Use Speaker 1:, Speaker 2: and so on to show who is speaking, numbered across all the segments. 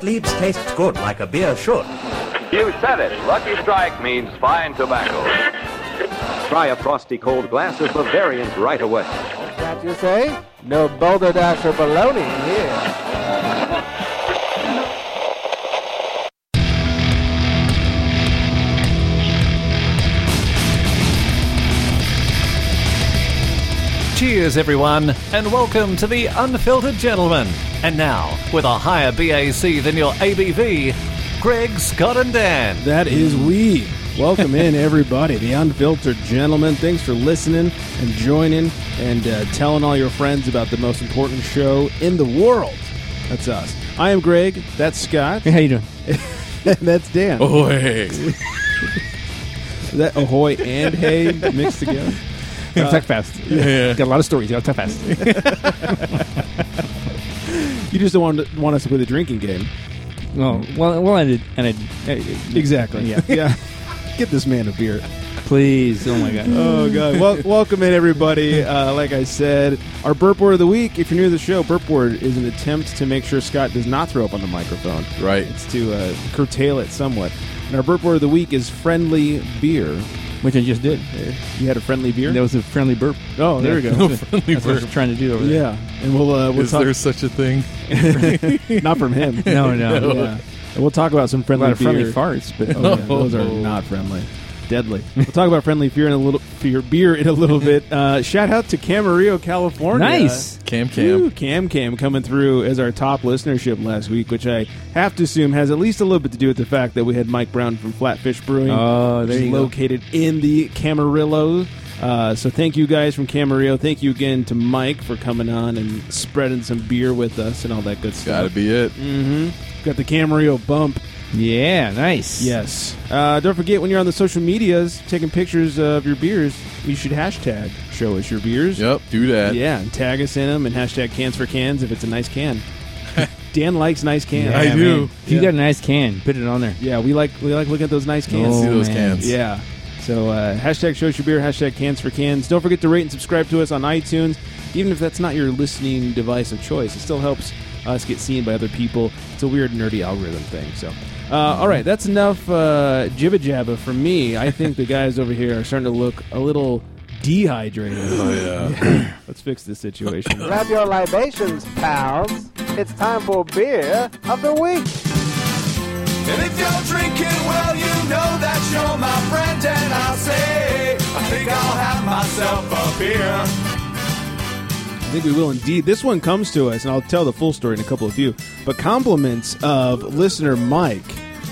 Speaker 1: Sleeves tastes good like a beer should.
Speaker 2: You said it. Lucky Strike means fine tobacco.
Speaker 3: Try a frosty cold glass of Bavarian right away.
Speaker 4: That you say? No boulder dash or baloney here.
Speaker 5: Cheers, everyone, and welcome to the Unfiltered Gentleman. And now, with a higher BAC than your ABV, Greg, Scott, and Dan.
Speaker 6: That is we. Welcome in, everybody, the unfiltered gentlemen. Thanks for listening and joining and uh, telling all your friends about the most important show in the world. That's us. I am Greg. That's Scott.
Speaker 4: How you doing?
Speaker 6: and that's Dan. Ahoy. that ahoy and hay mixed together.
Speaker 4: talk fast. Got a lot of stories. You gotta talk fast.
Speaker 6: You just don't want, want us to play the drinking game.
Speaker 7: Well, well, well, I did, and I,
Speaker 6: Exactly.
Speaker 7: Yeah.
Speaker 6: yeah. Get this man a beer.
Speaker 7: please, oh my god,
Speaker 6: Oh god! Well, welcome in everybody. Uh, like I said, our burp word of the week. If you're new to the show, burp word is an attempt to make sure Scott does not throw up on the microphone.
Speaker 8: Right.
Speaker 6: It's to uh, curtail it somewhat. And our burp word of the week is friendly beer.
Speaker 7: which I just did.
Speaker 6: You had a friendly beer.
Speaker 7: That was a friendly burp.
Speaker 6: oh, there
Speaker 7: Yeah.
Speaker 6: we go.
Speaker 7: That's what-
Speaker 8: friendly
Speaker 7: That's what I was
Speaker 8: burp.
Speaker 7: trying to do over there.
Speaker 6: yeah, and we'll uh, we'll
Speaker 8: Is there
Speaker 6: talk
Speaker 8: such a thing?
Speaker 6: not from him.
Speaker 7: No, no,
Speaker 8: No.
Speaker 7: yeah.
Speaker 6: And we'll talk about some
Speaker 7: a
Speaker 6: friendly
Speaker 7: lot of friendly
Speaker 6: beer.
Speaker 7: farts, but
Speaker 6: Oh, yeah, those are not friendly. Deadly. We'll talk about friendly beer in a little beer, beer in a little bit. Uh, shout out to Camarillo, California.
Speaker 7: nice.
Speaker 8: Cam
Speaker 6: Ooh,
Speaker 8: Cam.
Speaker 6: Cam Cam coming through as our top listenership last week, which I have to assume has at least a little bit to do with the fact that we had Mike Brown from Flatfish Brewing,
Speaker 7: Oh,
Speaker 6: which
Speaker 7: there
Speaker 6: is
Speaker 7: you go.
Speaker 6: located in the Camarillo. Uh, so thank you guys from Camarillo. Thank you again to Mike for coming on and spreading some beer with us and all that good stuff.
Speaker 8: Gotta be it.
Speaker 6: Got the Camarillo bump.
Speaker 7: Yeah, nice.
Speaker 6: Yes. Uh, don't forget when you're on the social medias taking pictures of your beers, you should hashtag show us your beers.
Speaker 8: Yep, do that.
Speaker 6: Yeah, and tag us in them and hashtag cans for cans if it's a nice can. Dan likes nice cans.
Speaker 8: I do.
Speaker 7: If you
Speaker 6: Yeah.
Speaker 7: got a nice can, put it on there.
Speaker 6: Yeah, we like we like looking at those nice cans.
Speaker 7: Oh,
Speaker 8: See those
Speaker 7: man.
Speaker 8: cans.
Speaker 6: Yeah. So uh, hashtag show us your beer, hashtag cans for cans. Don't forget to rate and subscribe to us on iTunes. Even if that's not your listening device of choice, it still helps us get seen by other people. It's a weird nerdy algorithm thing. So, uh, all right, that's enough uh, jibba jabba from me. I think the guys over here are starting to look a little dehydrated.
Speaker 8: Oh, yeah.
Speaker 6: Let's fix this situation.
Speaker 4: Grab your libations, pals. It's time for beer of the week.
Speaker 2: And if you're drinking, well, you know that you're my friend, and I'll say, I think I'll have myself a beer.
Speaker 6: I think we will indeed. This one comes to us, and I'll tell the full story in a couple of few. But compliments of listener Mike,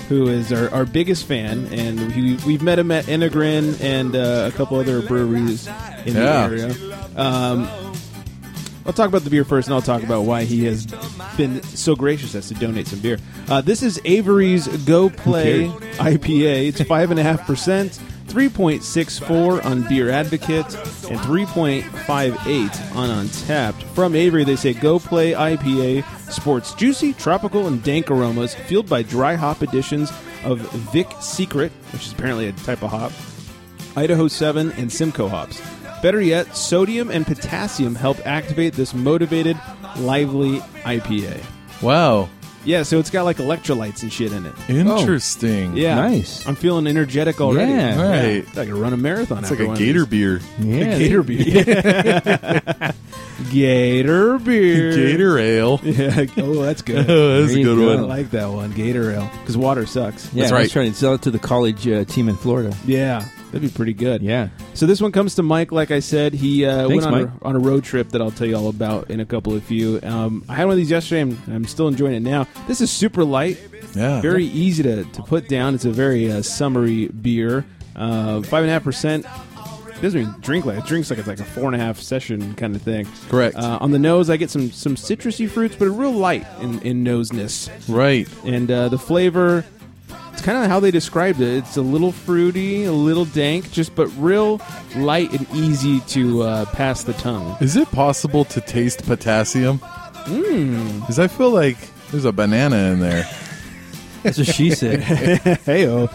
Speaker 6: who is our, our biggest fan, and he, we've met him at Enegrin and uh, a couple other breweries in
Speaker 8: Yeah.
Speaker 6: the area. Um, I'll talk about the beer first, and I'll talk about why he has been so gracious as to donate some beer. Uh, this is Avery's Go Play IPA. It's five and a half percent, three point six four on Beer Advocate, and three point five eight on Untapped. From Avery, they say Go Play IPA sports juicy, tropical, and dank aromas, fueled by dry hop additions of Vic Secret, which is apparently a type of hop. Idaho 7, and Simcoe hops. Better yet, sodium and potassium help activate this motivated, lively IPA.
Speaker 8: Wow.
Speaker 6: Yeah, so it's got like electrolytes and shit in it.
Speaker 8: Interesting.
Speaker 6: Yeah,
Speaker 7: Nice.
Speaker 6: I'm feeling energetic already.
Speaker 7: Yeah.
Speaker 8: Right.
Speaker 6: I could run a marathon.
Speaker 8: It's
Speaker 6: after
Speaker 8: like a
Speaker 6: one
Speaker 8: gator
Speaker 6: Of
Speaker 8: beer.
Speaker 7: Yeah.
Speaker 6: these. Gator beer. gator beer.
Speaker 8: Gator ale.
Speaker 6: Yeah. Oh, that's good.
Speaker 8: Oh, that's
Speaker 7: There
Speaker 8: a
Speaker 7: you
Speaker 8: good
Speaker 7: go.
Speaker 6: I
Speaker 8: one.
Speaker 6: like that one. Gator ale because water sucks.
Speaker 7: Yeah,
Speaker 8: That's
Speaker 7: I was
Speaker 8: right.
Speaker 7: trying to sell it to the college uh, team in Florida.
Speaker 6: Yeah, that'd be pretty good.
Speaker 7: Yeah.
Speaker 6: So this one comes to Mike. Like I said, he uh,
Speaker 7: Thanks,
Speaker 6: went on
Speaker 7: Mike.
Speaker 6: a, on a road trip that I'll tell you all about in a couple of few. Um, I had one of these yesterday, and I'm still enjoying it now. This is super light,
Speaker 8: Yeah.
Speaker 6: very easy to, to put down. It's a very uh, summery beer, uh, five and a half percent. It doesn't even drink like it drinks like it's like a four and a half session kind of thing.
Speaker 8: Correct.
Speaker 6: Uh, on the nose, I get some some citrusy fruits, but real light in in noseness
Speaker 8: Right.
Speaker 6: and uh, the flavor it's kind of how they described it it's a little fruity a little dank just but real light and easy to uh, pass the tongue
Speaker 8: Is it possible to taste potassium? Because I feel like there's a banana in there,
Speaker 7: That's what she said.
Speaker 6: hey uh,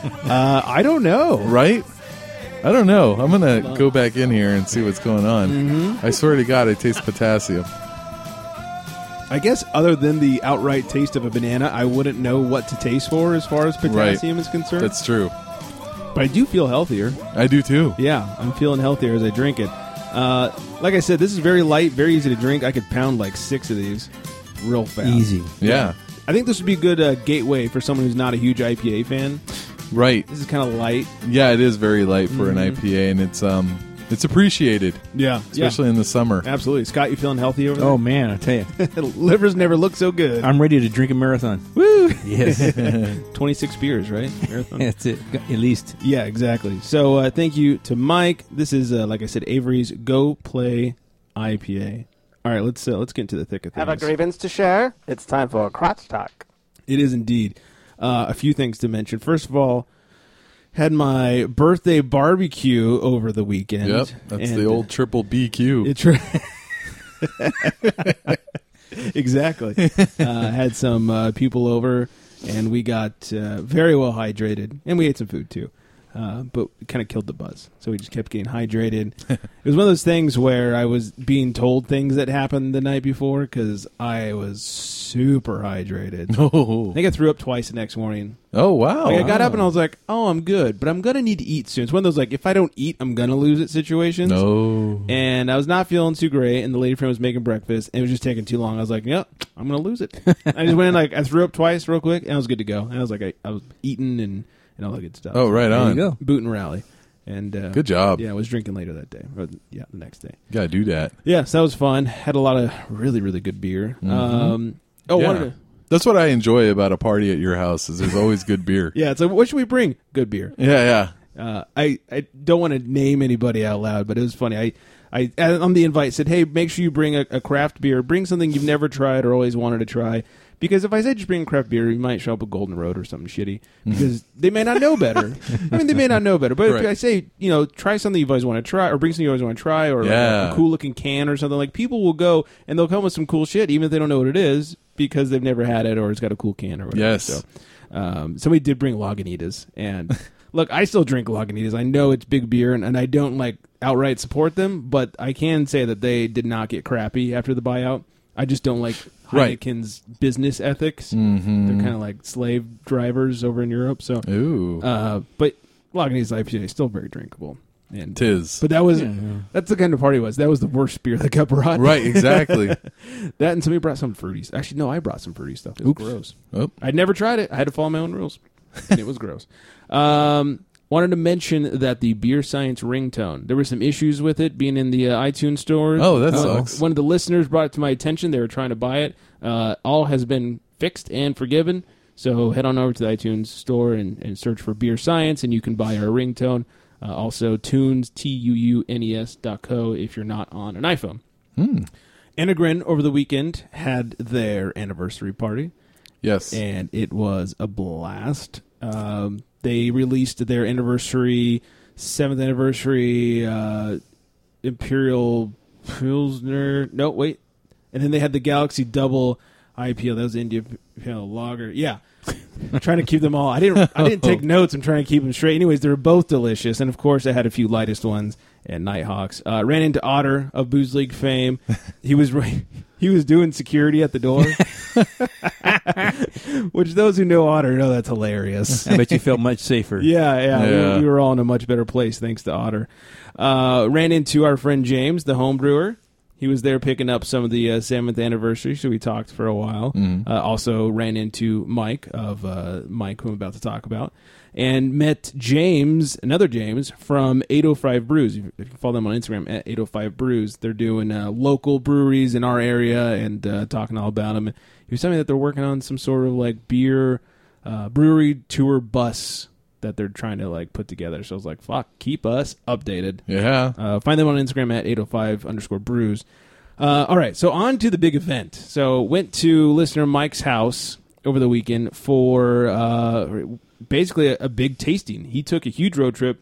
Speaker 6: i don't know
Speaker 8: right? I don't know. I'm gonna go back in here and see what's going on. I swear to God, I taste potassium.
Speaker 6: I guess other than the outright taste of a banana, I wouldn't know what to taste for as far as potassium is concerned.
Speaker 8: That's true.
Speaker 6: but I do feel healthier.
Speaker 8: I do too.
Speaker 6: Yeah, I'm feeling healthier as I drink it. Uh, like I said, this is very light, very easy to drink. I could pound like six of these real fast.
Speaker 7: Easy.
Speaker 8: Yeah.
Speaker 6: I think this would be a good uh, gateway for someone who's not a huge IPA fan.
Speaker 8: Right.
Speaker 6: This is kind of light.
Speaker 8: Yeah, it is very light for an IPA, and it's um, it's appreciated,
Speaker 6: Mm-hmm. Yeah,
Speaker 8: especially in the summer.
Speaker 6: absolutely. Scott, you feeling healthy over there?
Speaker 7: Oh man, I tell you,
Speaker 6: livers never look so good.
Speaker 7: I'm ready to drink a marathon. Yes,
Speaker 6: 26 beers, right? Marathon.
Speaker 7: that's it. At least
Speaker 6: Yeah, exactly. So uh, thank you to Mike. This is, uh, like I said, Avery's Go Play IPA. All right, let's uh, let's get into the thick of things.
Speaker 4: Have a grievance to share? It's time for a crotch talk.
Speaker 6: It is indeed. Uh, a few things to mention. First of all, had my birthday barbecue over the weekend.
Speaker 8: Yep, that's
Speaker 6: And
Speaker 8: the old triple BQ.
Speaker 6: It's right. exactly. Uh, had some uh, people over, and we got uh, very well hydrated, and we ate some food too. Uh, but it kind of killed the buzz, so we just kept getting hydrated. it was one of those things where I was being told things that happened the night before because I was super hydrated. I
Speaker 8: oh,
Speaker 6: think I threw up twice the next morning.
Speaker 8: oh wow!
Speaker 6: Like, I got up and I was like, "Oh, I'm good, but I'm gonna need to eat soon." It's one of those like, if I don't eat, I'm gonna lose it situations
Speaker 8: no.
Speaker 6: and I was not feeling too great. And the lady friend was making breakfast, and it was just taking too long. I was like, "Yep, I'm gonna lose it." I just went in, like I threw up twice real quick, and I was good to go. And I was like, I, I was eating and and all that good stuff.
Speaker 8: Oh, right
Speaker 7: there you
Speaker 8: on.
Speaker 7: go.
Speaker 6: boot and rally, and uh,
Speaker 8: Good job.
Speaker 6: Yeah, I was drinking later that day. Or, yeah, the next day.
Speaker 8: Gotta do that.
Speaker 6: Yeah, so that was fun. Had a lot of really really good beer.
Speaker 8: Mm-hmm.
Speaker 6: Um, oh,
Speaker 8: Yeah.
Speaker 6: wanted to-
Speaker 8: That's what I enjoy about a party at your house. Is there's always good beer.
Speaker 6: yeah. So what should we bring? Good beer.
Speaker 8: yeah, yeah.
Speaker 6: Uh, I, I don't want to name anybody out loud, but it was funny. I, I on the invite said, "Hey, make sure you bring a, a craft beer. Bring something you've never tried or always wanted to try." Because if I say just bring craft beer, you might show up a Golden Road or something shitty. Because they may not know better. I mean, they may not know better. But
Speaker 8: Mm-hmm. Right.
Speaker 6: if I say, you know, try something you've always wanted to try, or bring something you always want to try, or
Speaker 8: Yeah.
Speaker 6: a cool looking can or something like, people will go and they'll come with some cool shit, even if they don't know what it is, because they've never had it or it's got a cool can or whatever.
Speaker 8: Yes.
Speaker 6: So, um, somebody did bring Lagunitas, and look, I still drink Lagunitas. I know it's big beer, and, and I don't like outright support them, but I can say that they did not get crappy after the buyout. I just don't like
Speaker 8: Right. Mm-hmm.
Speaker 6: Heineken's business ethics. They're kind of like slave drivers over in Europe. So,
Speaker 8: Ooh,
Speaker 6: uh, but Lagunitas IPA is still very drinkable. And
Speaker 8: tis.
Speaker 6: but that was that's the kind of party it was. That was the worst beer that got brought.
Speaker 8: right, exactly.
Speaker 6: That and somebody brought some fruities. Actually, no, I brought some fruity stuff. It was gross.
Speaker 8: Oh.
Speaker 6: I'd never tried it. I had to follow my own rules. And it was gross. Um, wanted to mention that the Beer Science ringtone, there were some issues with it being in the uh, iTunes store.
Speaker 8: Oh, that
Speaker 6: One-
Speaker 8: sucks.
Speaker 6: One of the listeners brought it to my attention. They were trying to buy it. Uh, all has been fixed and forgiven. So head on over to the iTunes store and, and search for Beer Science, and you can buy our ringtone. Uh, also, tunes, T U U N E S dot co if you're not on an iPhone. Enegrin over the weekend had their anniversary party,
Speaker 8: yes.
Speaker 6: and it was a blast. Um, they released their anniversary, seventh anniversary uh, Imperial Pilsner. No, wait, and then they had the Galaxy Double IPL. That was India Pale Lager. Yeah. I'm trying to keep them all. I didn't. I didn't take notes. I'm trying to keep them straight. Anyways, they were both delicious, and of course, I had a few lightest ones and Nighthawks. Uh, ran into Otter of Booze League fame. He was right- he was doing security at the door, which those who know Otter know that's hilarious.
Speaker 7: I bet you felt much safer.
Speaker 6: Yeah, yeah. we-
Speaker 8: Yeah.
Speaker 6: We, were all in a much better place thanks to Otter. Uh, ran into our friend James, the home brewer. He was there picking up some of the uh, seventh anniversary, so we talked for a while. Uh, also ran into Mike of uh, Mike, who I'm about to talk about, and met James, another James from 805 Brews. If you follow them on Instagram at 805 Brews, they're doing uh, local breweries in our area and uh, talking all about them. He was telling me that they're working on some sort of like beer uh, brewery tour bus that they're trying to like put together. So I was like, fuck, keep us updated.
Speaker 8: yeah.
Speaker 6: Uh, find them on Instagram at 805 underscore brews. Uh, all right, so on to the big event. So went to listener Mike's house over the weekend for uh, basically a, a big tasting. He took a huge road trip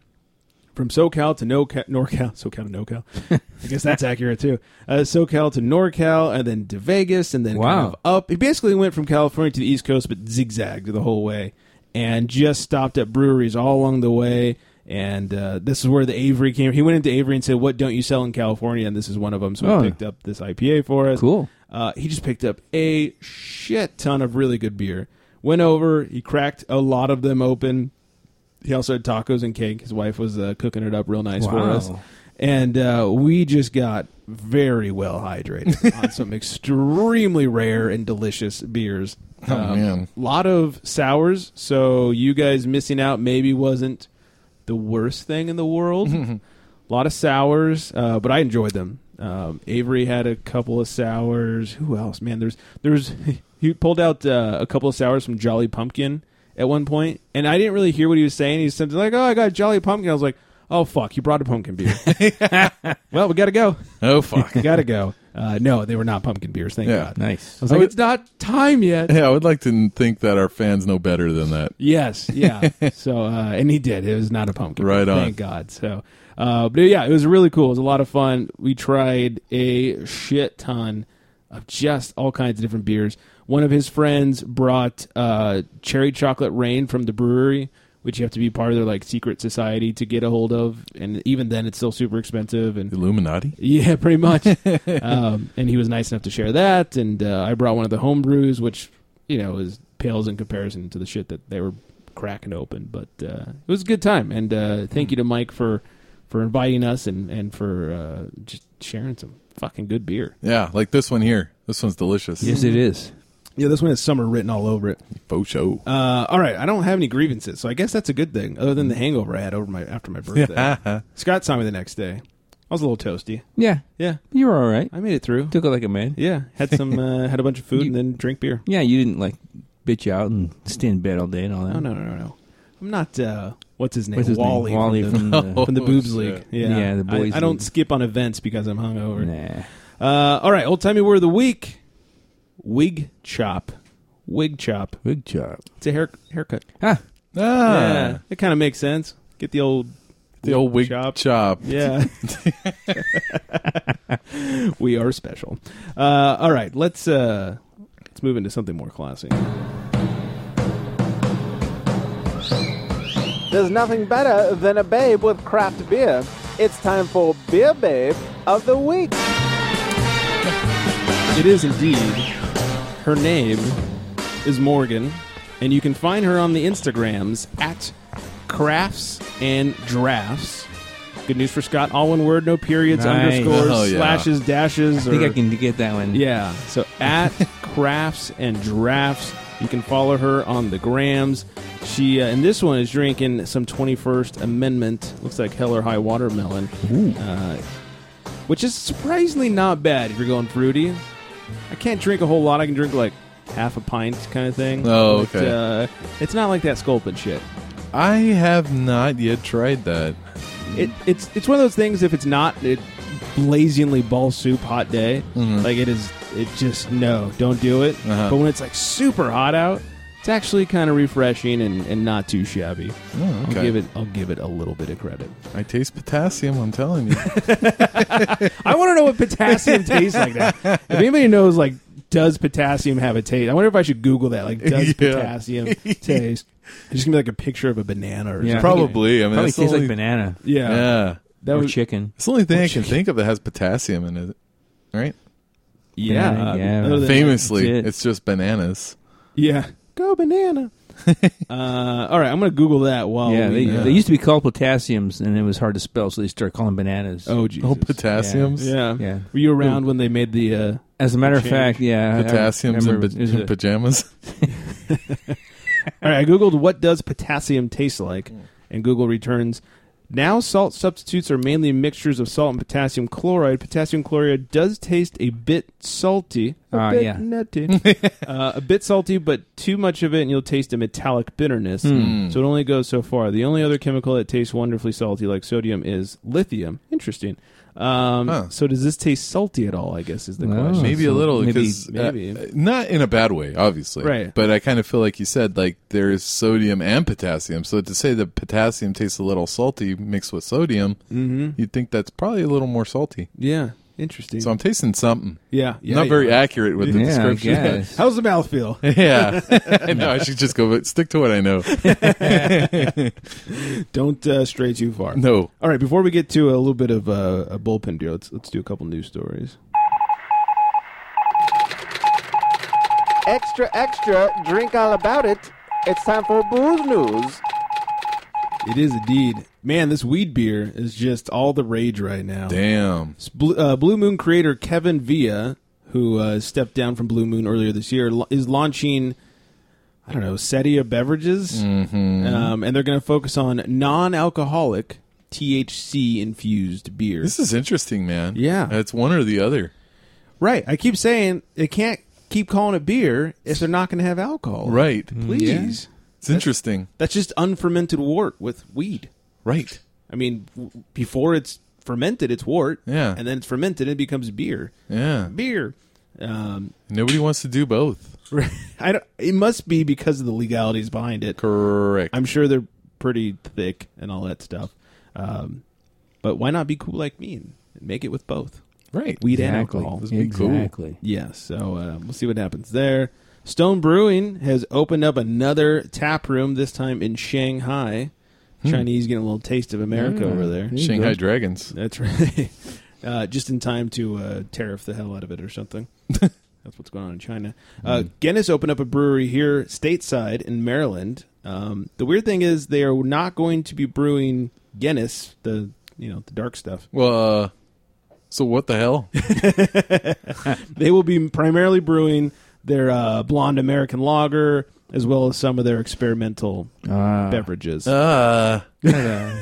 Speaker 6: from SoCal to NoCal, NorCal, SoCal to NoCal. I guess that's accurate too. Uh, SoCal to NorCal, and then to Vegas, and then kind
Speaker 7: Wow.
Speaker 6: of up. He basically went from California to the East Coast, but zigzagged the whole way, and just stopped at breweries all along the way. And uh, this is where the Avery came. He went into Avery and said, "What don't you sell in California?" And this is one of them. So
Speaker 7: Oh.
Speaker 6: we picked up this IPA for us.
Speaker 7: Cool.
Speaker 6: Uh, he just picked up a shit ton of really good beer. Went over, he cracked a lot of them open. He also had tacos and cake. His wife was uh, cooking it up real nice for
Speaker 7: Wow.
Speaker 6: us. And uh, we just got very well hydrated on some extremely rare and delicious beers.
Speaker 8: Oh, man.
Speaker 6: Um, lot of sours, so you guys missing out maybe wasn't the worst thing in the world. a lot of sours, uh, but I enjoyed them. Um, Avery had a couple of sours. Who else? Man, there's there's he pulled out uh, a couple of sours from Jolly Pumpkin at one point, and I didn't really hear what he was saying. He was something like, "Oh, I got Jolly Pumpkin." I was like, "Oh fuck, you brought a pumpkin beer." well, we gotta go.
Speaker 8: Oh fuck.
Speaker 6: We gotta go. Uh, no, they were not pumpkin beers. Thank
Speaker 8: Yeah.
Speaker 6: God.
Speaker 7: Nice.
Speaker 6: I was like, it's not time yet.
Speaker 8: yeah, I would like to n- think that our fans know better than that.
Speaker 6: Yes, yeah. so, uh, and he did. It was not a pumpkin.
Speaker 8: Right on.
Speaker 6: Thank God. So, uh, but yeah, it was really cool. It was a lot of fun. We tried a shit ton of just all kinds of different beers. One of his friends brought uh, cherry chocolate rain from the brewery, which you have to be part of their like secret society to get a hold of, and even then, it's still super expensive. And
Speaker 8: Illuminati.
Speaker 6: yeah, pretty much. um, and he was nice enough to share that. And uh, I brought one of the home brews, which you know is pales in comparison to the shit that they were cracking open. But uh, it was a good time. And uh, thank you to Mike for for inviting us and and for uh, just sharing some fucking good beer.
Speaker 8: Yeah, like this one here. This one's delicious.
Speaker 7: Yes, it is.
Speaker 6: Yeah, this one has summer written all over it.
Speaker 8: Faux show.
Speaker 6: Uh, all right, I don't have any grievances, so I guess that's a good thing. Other than the hangover I had over my after my birthday, Scott saw me the next day. I was a little toasty.
Speaker 7: Yeah.
Speaker 6: Yeah,
Speaker 7: You were all right.
Speaker 6: I made it through.
Speaker 7: Took it like a man.
Speaker 6: Yeah, had some uh, had a bunch of food
Speaker 7: You-
Speaker 6: and then drink beer.
Speaker 7: Yeah, you didn't like bitch out and stay in bed all day and all that.
Speaker 6: No, no, no, no, no. I'm not. Uh, what's his name?
Speaker 7: What's his name?
Speaker 6: Wally.
Speaker 7: Wally
Speaker 6: from,
Speaker 7: from
Speaker 6: the,
Speaker 7: the-
Speaker 6: from the Boobs
Speaker 8: Oh,
Speaker 6: League.
Speaker 8: shit.
Speaker 6: Yeah,
Speaker 7: Yeah, the boys
Speaker 6: I, I don't
Speaker 7: league.
Speaker 6: skip on events because I'm hungover.
Speaker 7: Nah.
Speaker 6: Uh, all right, old timey word of the week: wig chop. Wig chop.
Speaker 7: Good job.
Speaker 6: It's a hair haircut.
Speaker 7: Ah,
Speaker 8: ah,
Speaker 6: yeah, it kind of makes sense. Get the old
Speaker 8: the old wig
Speaker 6: chop.
Speaker 8: chop.
Speaker 6: Yeah. we are special. Uh, all right, let's uh, let's move into something more classy.
Speaker 4: There's nothing better than a babe with craft beer. It's time for Beer Babe of the Week.
Speaker 6: It is indeed. Her name is Morgan, and you can find her on the Instagrams at crafts and drafts. Good news for Scott. All one word, no periods,
Speaker 7: Nice.
Speaker 6: underscores,
Speaker 8: Oh, yeah.
Speaker 6: slashes, dashes.
Speaker 7: I think
Speaker 6: or-
Speaker 7: I can get that one.
Speaker 6: Yeah. So at crafts and drafts, you can follow her on the grams. She uh, and this one is drinking some 21st Amendment. Looks like hell or high watermelon, Uh, which is surprisingly not bad if you're going fruity. I can't drink a whole lot. I can drink like half a pint kind of thing.
Speaker 8: Oh,
Speaker 6: But,
Speaker 8: okay.
Speaker 6: uh, it's not like that Sculpin shit.
Speaker 8: I have not yet tried that.
Speaker 6: It, it's it's one of those things. If it's not it blazingly ball soup hot day, like it is, it just no, don't do it.
Speaker 8: Mm-hmm. Uh-huh.
Speaker 6: But when it's like super hot out, it's actually kind of refreshing and, and not too shabby.
Speaker 8: Oh, okay.
Speaker 6: I'll give it I'll give it a little bit of credit.
Speaker 8: I taste potassium. I'm telling you.
Speaker 6: I want to know what potassium tastes like. That if anybody knows, like, does potassium have a taste? I wonder if I should Google that. Like, does
Speaker 8: Yeah.
Speaker 6: potassium taste? It's just gonna be like a picture of a banana or
Speaker 7: Yeah.
Speaker 6: something.
Speaker 8: Probably. I mean,
Speaker 7: Probably
Speaker 8: that's the
Speaker 7: tastes
Speaker 8: only,
Speaker 7: like banana
Speaker 6: Yeah,
Speaker 8: Yeah,
Speaker 6: that
Speaker 7: or
Speaker 6: would
Speaker 7: chicken.
Speaker 8: it's the only thing I can
Speaker 6: chicken.
Speaker 8: think of that has potassium in it. Right?
Speaker 6: yeah.
Speaker 7: Banana,
Speaker 6: uh,
Speaker 7: yeah.
Speaker 6: other than-
Speaker 8: Famously,
Speaker 7: that's it.
Speaker 8: it's just bananas.
Speaker 6: Yeah. Go banana. uh, all right, I'm going to Google that while
Speaker 7: yeah, they,
Speaker 6: we,
Speaker 7: they used to be called potassiums, and it was hard to spell, so they started calling bananas.
Speaker 6: Oh Jesus.
Speaker 8: Oh, potassiums.
Speaker 6: yeah.
Speaker 7: Yeah.
Speaker 6: Were you around when they made the uh,
Speaker 7: As a matter of
Speaker 6: Change.
Speaker 7: fact, yeah, I- I
Speaker 8: Potassiums
Speaker 7: remember
Speaker 8: and
Speaker 7: it was a-
Speaker 8: pajamas.
Speaker 6: All right, I googled what does potassium taste like
Speaker 8: Hmm.
Speaker 6: and Google returns now salt substitutes are mainly mixtures of salt and potassium chloride. Potassium chloride does taste a bit salty, a
Speaker 7: Ah,
Speaker 6: bit
Speaker 7: yeah.
Speaker 6: nutty, uh, a bit salty, but too much of it, and you'll taste a metallic bitterness.
Speaker 8: Hmm.
Speaker 6: So it only goes so far. The only other chemical that tastes wonderfully salty, like sodium, is lithium. Interesting. Um,
Speaker 8: Huh.
Speaker 6: So does this taste salty at all? I guess is the
Speaker 7: No.
Speaker 6: question.
Speaker 8: Maybe a
Speaker 7: so
Speaker 8: little,
Speaker 7: maybe-
Speaker 8: because
Speaker 6: maybe.
Speaker 8: not in a bad way, obviously.
Speaker 6: Right.
Speaker 8: But I kind of feel like you said, like there is sodium and potassium. So to say that potassium tastes a little salty mixed with sodium, you'd think that's probably a little more salty.
Speaker 6: Yeah, interesting.
Speaker 8: So I'm tasting something.
Speaker 6: yeah, yeah,
Speaker 8: Not
Speaker 6: yeah.
Speaker 8: very accurate with the
Speaker 7: Yeah, I
Speaker 8: description.
Speaker 7: guess.
Speaker 6: How's the mouth feel?
Speaker 8: yeah, I know. I should just go but stick to what I know.
Speaker 6: Don't uh, stray too far.
Speaker 8: No,
Speaker 6: All right, before we get to a little bit of uh, a bullpen deal, let's let's do a couple news stories.
Speaker 4: Extra, extra, drink all about it. It's time for booze news.
Speaker 6: It is indeed. Man, this weed beer is just all the rage right now.
Speaker 8: Damn.
Speaker 6: It's Blue, uh, Blue Moon creator Kevin Villa, who uh, stepped down from Blue Moon earlier this year, la- is launching, I don't know, Setia beverages. Mm-hmm. Um, and they're going to focus on non alcoholic THC infused beer.
Speaker 8: This is interesting, man.
Speaker 6: Yeah.
Speaker 8: It's one or the other.
Speaker 6: right. I keep saying they can't keep calling it beer if they're not going to have alcohol.
Speaker 8: Right.
Speaker 6: Please.
Speaker 8: It's interesting.
Speaker 6: Mm-hmm. That's just unfermented wort with weed.
Speaker 8: Right.
Speaker 6: I mean, w- before it's fermented, it's wort.
Speaker 8: Yeah.
Speaker 6: And then it's fermented, it becomes beer.
Speaker 8: Yeah.
Speaker 6: Beer. Um,
Speaker 8: Nobody wants to do both.
Speaker 6: I don't, it must be because of the legalities behind it.
Speaker 8: Correct.
Speaker 6: I'm sure they're pretty thick and all that stuff. Um, but why not be cool like me and make it with both
Speaker 8: right.
Speaker 6: weed and
Speaker 7: Exactly.
Speaker 6: alcohol?
Speaker 8: be cool.
Speaker 7: Exactly.
Speaker 6: Yeah, so uh, we'll see what happens there. Stone Brewing has opened up another tap room, this time in Shanghai. Chinese getting a little taste of America over there.
Speaker 7: There you
Speaker 8: Shanghai
Speaker 7: go.
Speaker 8: Dragons.
Speaker 6: That's right. uh, just in time to uh, tariff the hell out of it or something. That's what's going on in China. Uh, Guinness opened up a brewery here stateside in Maryland. Um, the weird thing is they are not going to be brewing Guinness, the you know the dark stuff.
Speaker 8: Well, uh, so what the hell?
Speaker 6: They will be primarily brewing their uh, blonde American lager as well as some of their experimental
Speaker 7: Ah.
Speaker 6: beverages.
Speaker 8: Uh, I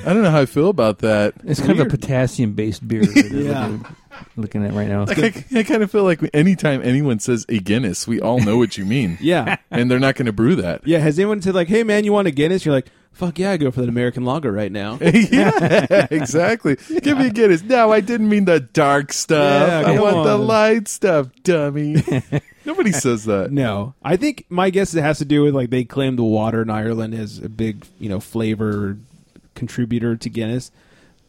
Speaker 8: don't know how I feel about that.
Speaker 7: It's kind
Speaker 6: Weird.
Speaker 7: of a potassium-based beer. that they're
Speaker 6: Yeah.
Speaker 7: looking, looking at right now.
Speaker 8: Like, I, I kind of feel like anytime anyone says a Guinness, we all know what you mean.
Speaker 6: yeah,
Speaker 8: And they're not going to brew that.
Speaker 6: yeah. Has anyone said like, "Hey man, you want a Guinness?" You're like, "Fuck yeah, I go for that American lager right now."
Speaker 8: yeah, exactly. Give me a Guinness. No, I didn't mean the dark stuff.
Speaker 6: Yeah,
Speaker 8: I
Speaker 6: come
Speaker 8: want the
Speaker 6: on.
Speaker 8: light stuff, dummy. Nobody says that.
Speaker 6: No, I think my guess is it has to do with like they claim the water in Ireland is a big you know flavor contributor to Guinness,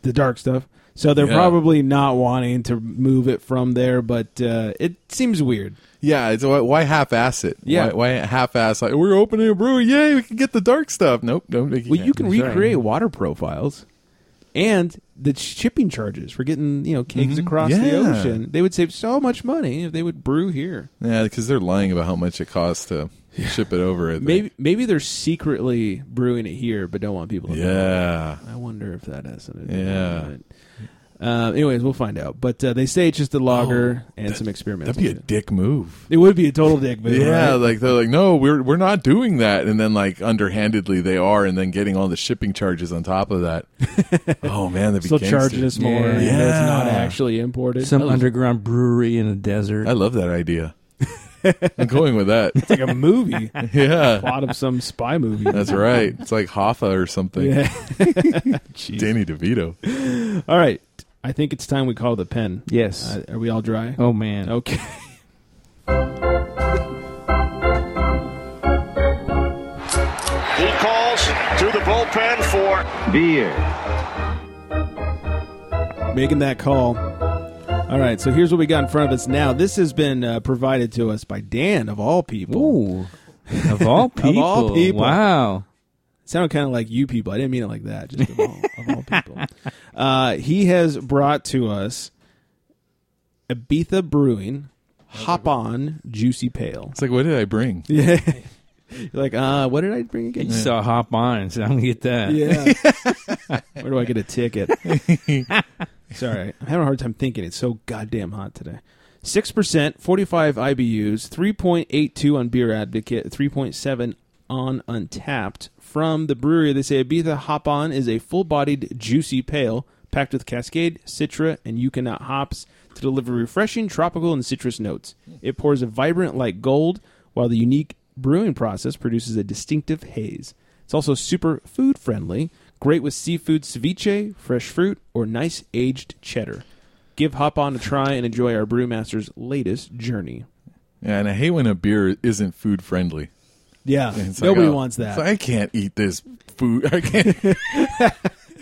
Speaker 6: the dark stuff. So they're
Speaker 8: Yeah.
Speaker 6: probably not wanting to move it from there, but uh, it seems weird.
Speaker 8: Yeah, it's why, why half-ass it?
Speaker 6: Yeah.
Speaker 8: why, why half-ass? Like we're opening a brewery, yay! We can get the dark stuff. Nope, don't. Well,
Speaker 6: Well, you can recreate water profiles, and the shipping charges for getting you know kegs across the
Speaker 8: Mm-hmm. Yeah.
Speaker 6: ocean. They would save so much money if they would brew here.
Speaker 8: Yeah, because they're lying about how much it costs to ship it over. I think.
Speaker 6: Maybe maybe they're secretly brewing it here, but don't want people to know.
Speaker 8: Yeah.
Speaker 6: I wonder if that has something.
Speaker 8: Yeah.
Speaker 6: To do with it. Uh, anyways, we'll find out. But uh, they say it's just a lager and some experimental.
Speaker 8: Oh, That'd be a
Speaker 6: shit.
Speaker 8: dick move.
Speaker 6: it would be a total dick move.
Speaker 8: Yeah,
Speaker 6: right?
Speaker 8: like they're like, no, we're we're not doing that, and then like underhandedly they are, and then getting all the shipping charges on top of that. oh man, that'd be
Speaker 6: still
Speaker 8: gangster.
Speaker 6: charging us more.
Speaker 7: Yeah.
Speaker 6: even though it's not
Speaker 8: Yeah.
Speaker 6: actually imported.
Speaker 7: Some underground brewery in a desert.
Speaker 8: I love that idea. I'm going with that.
Speaker 6: like a movie
Speaker 8: Yeah,
Speaker 6: plot of some spy movie.
Speaker 8: that's right. It's like Hoffa or something.
Speaker 6: Yeah.
Speaker 8: Danny DeVito.
Speaker 6: All right, I think it's time we call the pen.
Speaker 7: yes.
Speaker 6: Uh, are we all dry?
Speaker 7: oh man.
Speaker 6: Okay.
Speaker 2: He calls to the bullpen for
Speaker 6: Making that call. All right, so here's what we got in front of us now. This has been uh, provided to us by Dan, of all people.
Speaker 7: Ooh. Of all people.
Speaker 6: all people.
Speaker 7: Wow.
Speaker 6: sounded kind of like you people. I didn't mean it like that. Just of all, of all people, uh, he has brought to us Ibiza Brewing Hop On Juicy Pale.
Speaker 8: It's like, what did I bring?
Speaker 6: Yeah, You're like, uh, what did I bring again?
Speaker 7: You saw hop on and said, I'm gonna get that.
Speaker 6: Yeah, where do I get a ticket? Sorry, I'm having a hard time thinking. It's so goddamn hot today. Six percent, forty-five IBUs, three point eight two on Beer Advocate, three point seven on Untapped. From the brewery, they say Ibiza Hop On is a full-bodied, juicy pale packed with Cascade, Citra, and Yukonat hops to deliver refreshing tropical and citrus notes. It pours a vibrant like gold, while the unique brewing process produces a distinctive haze. It's also super food friendly, great with seafood ceviche, fresh fruit, or nice aged cheddar. Give Hop On a try and enjoy our brewmaster's latest journey.
Speaker 8: Yeah, and I hate when a beer isn't food friendly.
Speaker 6: Yeah,
Speaker 8: It's like, oh, it's like, I can't eat this food. I can't. I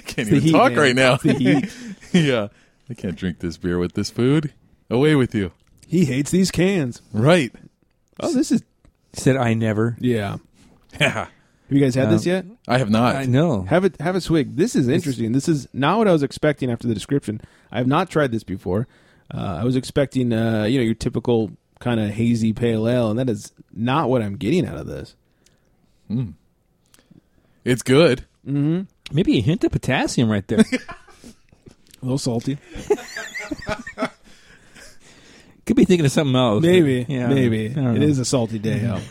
Speaker 8: can't even
Speaker 6: heat,
Speaker 8: talk
Speaker 6: man.
Speaker 8: right now.
Speaker 6: It's the heat.
Speaker 8: yeah, I can't drink this beer with this food. Away with you.
Speaker 6: he hates these cans.
Speaker 8: Right.
Speaker 6: Oh, this is
Speaker 7: Said I never.
Speaker 6: yeah. Have
Speaker 8: Yeah.
Speaker 6: you guys had this
Speaker 7: Um,
Speaker 6: yet?
Speaker 8: I have not.
Speaker 7: I know.
Speaker 6: Have it. Have a swig. This is interesting. This is not what I was expecting after the description. I have not tried this before. Uh, I was expecting, uh, you know, your typical kind of hazy pale ale, and that is not what I'm getting out of this.
Speaker 8: It's good.
Speaker 7: Maybe a hint of potassium right there.
Speaker 6: A little salty,
Speaker 7: Could be thinking of something else.
Speaker 6: maybe,
Speaker 7: Yeah.
Speaker 6: maybe
Speaker 7: I don't
Speaker 6: it
Speaker 7: know.
Speaker 6: is a salty day out.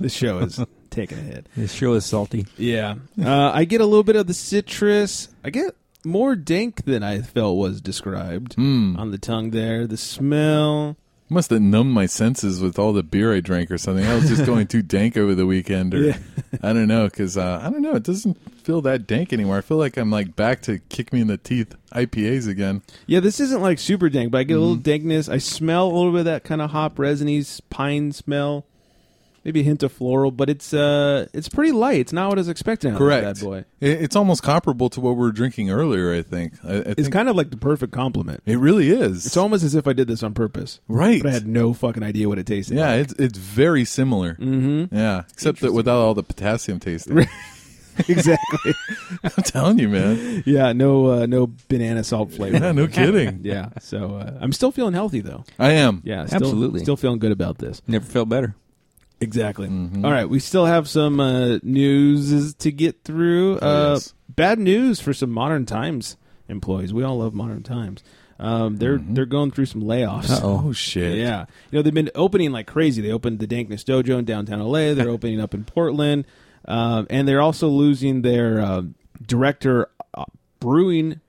Speaker 6: this show is taking a hit.
Speaker 7: It sure is salty.
Speaker 6: Yeah, uh, I get a little bit of the citrus. I get more dank than I felt was described on the tongue. There, the smell.
Speaker 8: Must have numbed my senses with all the beer I drank or something. I was just going too dank over the weekend, or
Speaker 6: Yeah.
Speaker 8: I don't know, because uh, I don't know. It doesn't feel that dank anymore. I feel like I'm like back to kick me in the teeth IPAs again.
Speaker 6: Yeah, this isn't like super dank, but I get a little dankness. I smell a little bit of that kind of hop resiny s- pine smell. Maybe a hint of floral, but it's uh it's pretty light. It's not what I was expecting out of that bad boy.
Speaker 8: It, it's almost comparable to what we were drinking earlier. I think. I, I
Speaker 6: It's
Speaker 8: think
Speaker 6: kind of like the perfect compliment.
Speaker 8: it really is.
Speaker 6: It's almost as if I did this on purpose.
Speaker 8: Right.
Speaker 6: But I had no fucking idea what it tasted
Speaker 8: yeah,
Speaker 6: like.
Speaker 8: it's it's very similar. Mm-hmm. Yeah, except that without all the potassium tasting.
Speaker 6: exactly.
Speaker 8: I'm telling you, man.
Speaker 6: Yeah, no uh, no banana salt flavor.
Speaker 8: Yeah, no kidding.
Speaker 6: Yeah. So uh, I'm still feeling healthy though.
Speaker 8: I am.
Speaker 6: Yeah, still,
Speaker 7: Absolutely.
Speaker 6: Still feeling good about this.
Speaker 7: Never felt better.
Speaker 6: Exactly.
Speaker 8: Mm-hmm.
Speaker 6: All right, we still have some uh, news to get through.
Speaker 8: Oh,
Speaker 6: Uh,
Speaker 8: yes.
Speaker 6: Bad news for some Modern Times employees. We all love Modern Times. Um, they're
Speaker 8: Mm-hmm.
Speaker 6: they're going through some layoffs.
Speaker 8: Oh shit.
Speaker 6: Yeah, you know they've been opening like crazy. They opened the Dankness Dojo in downtown LA. They're opening up in Portland, um, and they're also losing their uh, director uh, brewing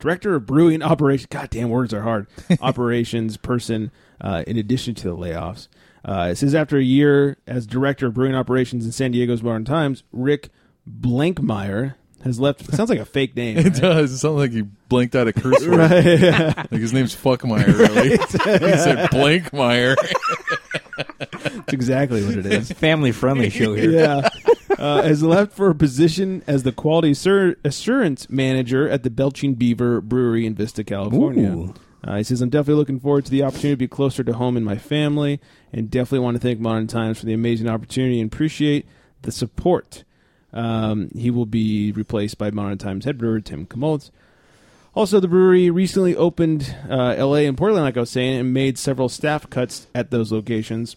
Speaker 6: director of brewing operation. Goddamn words are hard. Operations person. Uh, in addition to the layoffs, uh, it says after a year as director of brewing operations in San Diego's Modern Times, Rick Blankmeyer has left. Sounds like a fake name.
Speaker 8: It
Speaker 6: right?
Speaker 8: does. It sounds like you blanked out a curse word. Like his name's Fuckmeyer, really. he said Blankmeyer.
Speaker 6: That's exactly what it is.
Speaker 7: Family friendly show here.
Speaker 6: yeah. Uh, has left for a position as the quality assur- assurance manager at the Belching Beaver Brewery in Vista, California.
Speaker 7: Ooh.
Speaker 6: Uh, he says, I'm definitely looking forward to the opportunity to be closer to home and my family, and definitely want to thank Modern Times for the amazing opportunity and appreciate the support. Um, he will be replaced by Modern Times head brewer Tim Kamoltz. Also, the brewery recently opened uh, LA and Portland, like I was saying, and made several staff cuts at those locations.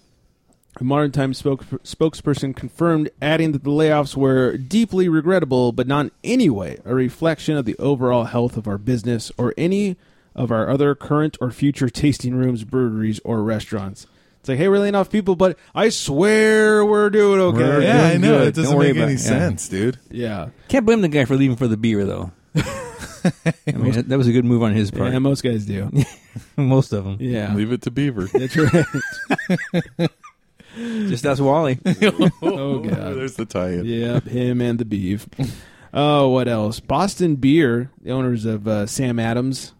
Speaker 6: A Modern Times spoke, spokesperson confirmed, adding that the layoffs were deeply regrettable, but not in any way a reflection of the overall health of our business or any of our other current or future tasting rooms, breweries, or restaurants. It's like, hey, we're laying off people, but I swear we're doing okay.
Speaker 7: We're
Speaker 8: Yeah, I know.
Speaker 7: good.
Speaker 8: It doesn't
Speaker 7: Don't worry
Speaker 8: make any
Speaker 7: about it. Yeah.
Speaker 8: sense, dude.
Speaker 6: yeah.
Speaker 7: Can't blame the guy for leaving for the beer, though. I mean, that, that was a good move on his part.
Speaker 6: Yeah, most guys do.
Speaker 7: Most of them.
Speaker 6: Yeah.
Speaker 8: Leave it to Beaver.
Speaker 6: That's right.
Speaker 7: Just that's Wally.
Speaker 8: oh,
Speaker 6: God.
Speaker 8: There's the tie in.
Speaker 6: Yep, him and the beef. Oh, what else? Boston Beer, the owners of uh, Sam Adams,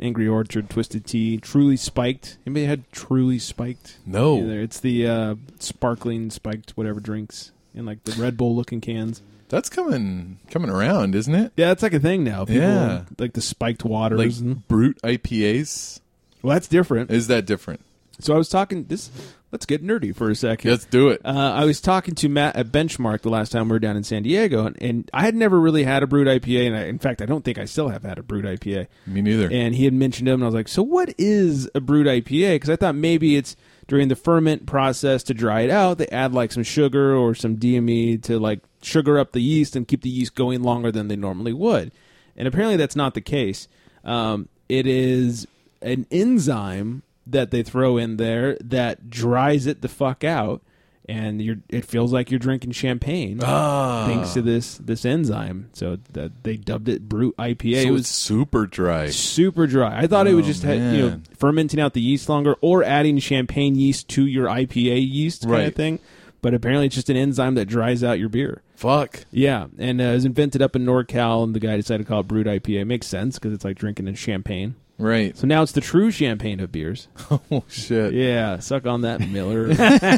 Speaker 6: Angry Orchard, Twisted Tea, Truly Spiked. Anybody had Truly Spiked?
Speaker 8: No.
Speaker 6: Either. It's the uh, sparkling spiked whatever drinks in like the Red Bull looking cans.
Speaker 8: That's coming coming around, isn't it?
Speaker 6: Yeah, that's like a thing now. People
Speaker 8: Yeah.
Speaker 6: like the spiked waters.
Speaker 8: Like
Speaker 6: and-
Speaker 8: brute IPAs.
Speaker 6: well, that's different.
Speaker 8: Is that different?
Speaker 6: So I was talking this. Let's get nerdy for a second.
Speaker 8: Let's do it.
Speaker 6: Uh, I was talking to Matt at Benchmark the last time we were down in San Diego, and, and I had never really had a brewed IPA, and I, in fact, I don't think I still have had a brewed IPA.
Speaker 8: Me neither.
Speaker 6: And he had mentioned them, and I was like, "So what is a brewed IPA?" Because I thought maybe it's during the ferment process to dry it out, they add like some sugar or some DME to like sugar up the yeast and keep the yeast going longer than they normally would. And apparently, that's not the case. Um, it is an enzyme that they throw in there that dries it the fuck out, and you're it feels like you're drinking champagne.
Speaker 8: Ah.
Speaker 6: Thanks to this this enzyme, so that they dubbed it Brute IPA.
Speaker 8: so
Speaker 6: it was
Speaker 8: it's super dry.
Speaker 6: super dry. I thought it was just ha- you know
Speaker 8: man.
Speaker 6: fermenting out the yeast longer or adding champagne yeast to your IPA yeast kind of
Speaker 8: Right.
Speaker 6: thing. But apparently, it's just an enzyme that dries out your beer.
Speaker 8: Fuck.
Speaker 6: Yeah, and uh, it was invented up in NorCal, and the guy decided to call it brewed IPA. Makes sense because it's like drinking a champagne.
Speaker 8: Right.
Speaker 6: So now it's the true champagne of beers.
Speaker 8: Oh shit.
Speaker 6: Yeah, suck on that Miller.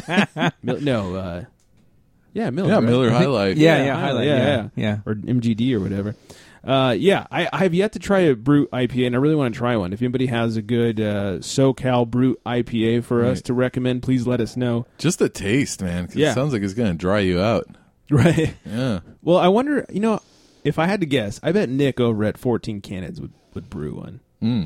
Speaker 6: Mil- no, uh, yeah, Miller.
Speaker 8: Yeah,
Speaker 6: right?
Speaker 8: Miller High Life.
Speaker 7: Yeah, yeah, highlight.
Speaker 6: yeah,
Speaker 7: Yeah, yeah.
Speaker 6: or MGD or whatever. Uh, yeah, I, I have yet to try a brute IPA, and I really want to try one. If anybody has a good uh, SoCal brute IPA for us to recommend, please let us know.
Speaker 8: Just the taste, man. 'cause
Speaker 6: Yeah.
Speaker 8: It sounds like it's gonna dry you out.
Speaker 6: Right.
Speaker 8: Yeah.
Speaker 6: Well, I wonder. You know, if I had to guess, I bet Nick over at Fourteen Cannons would, would brew one.